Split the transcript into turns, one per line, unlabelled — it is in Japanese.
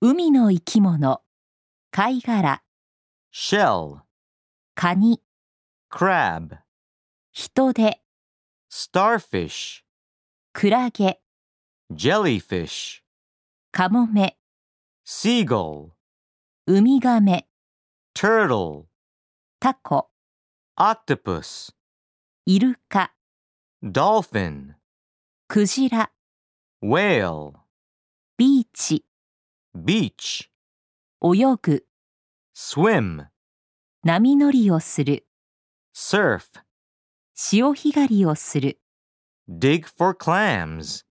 海の生き物、貝殻、
shell,
カニ、
crab,
人手、
starfish,
クラゲ、
jellyfish,
カモメ、
seagull,
ウミガメ、
turtle,
タコ、
octopus,
イルカ、
dolphin,
クジラ、
whale,
ビーチ、
beach,
泳ぐ、
swim,
波乗りをする、
surf,
潮干狩りをする。
dig for clams.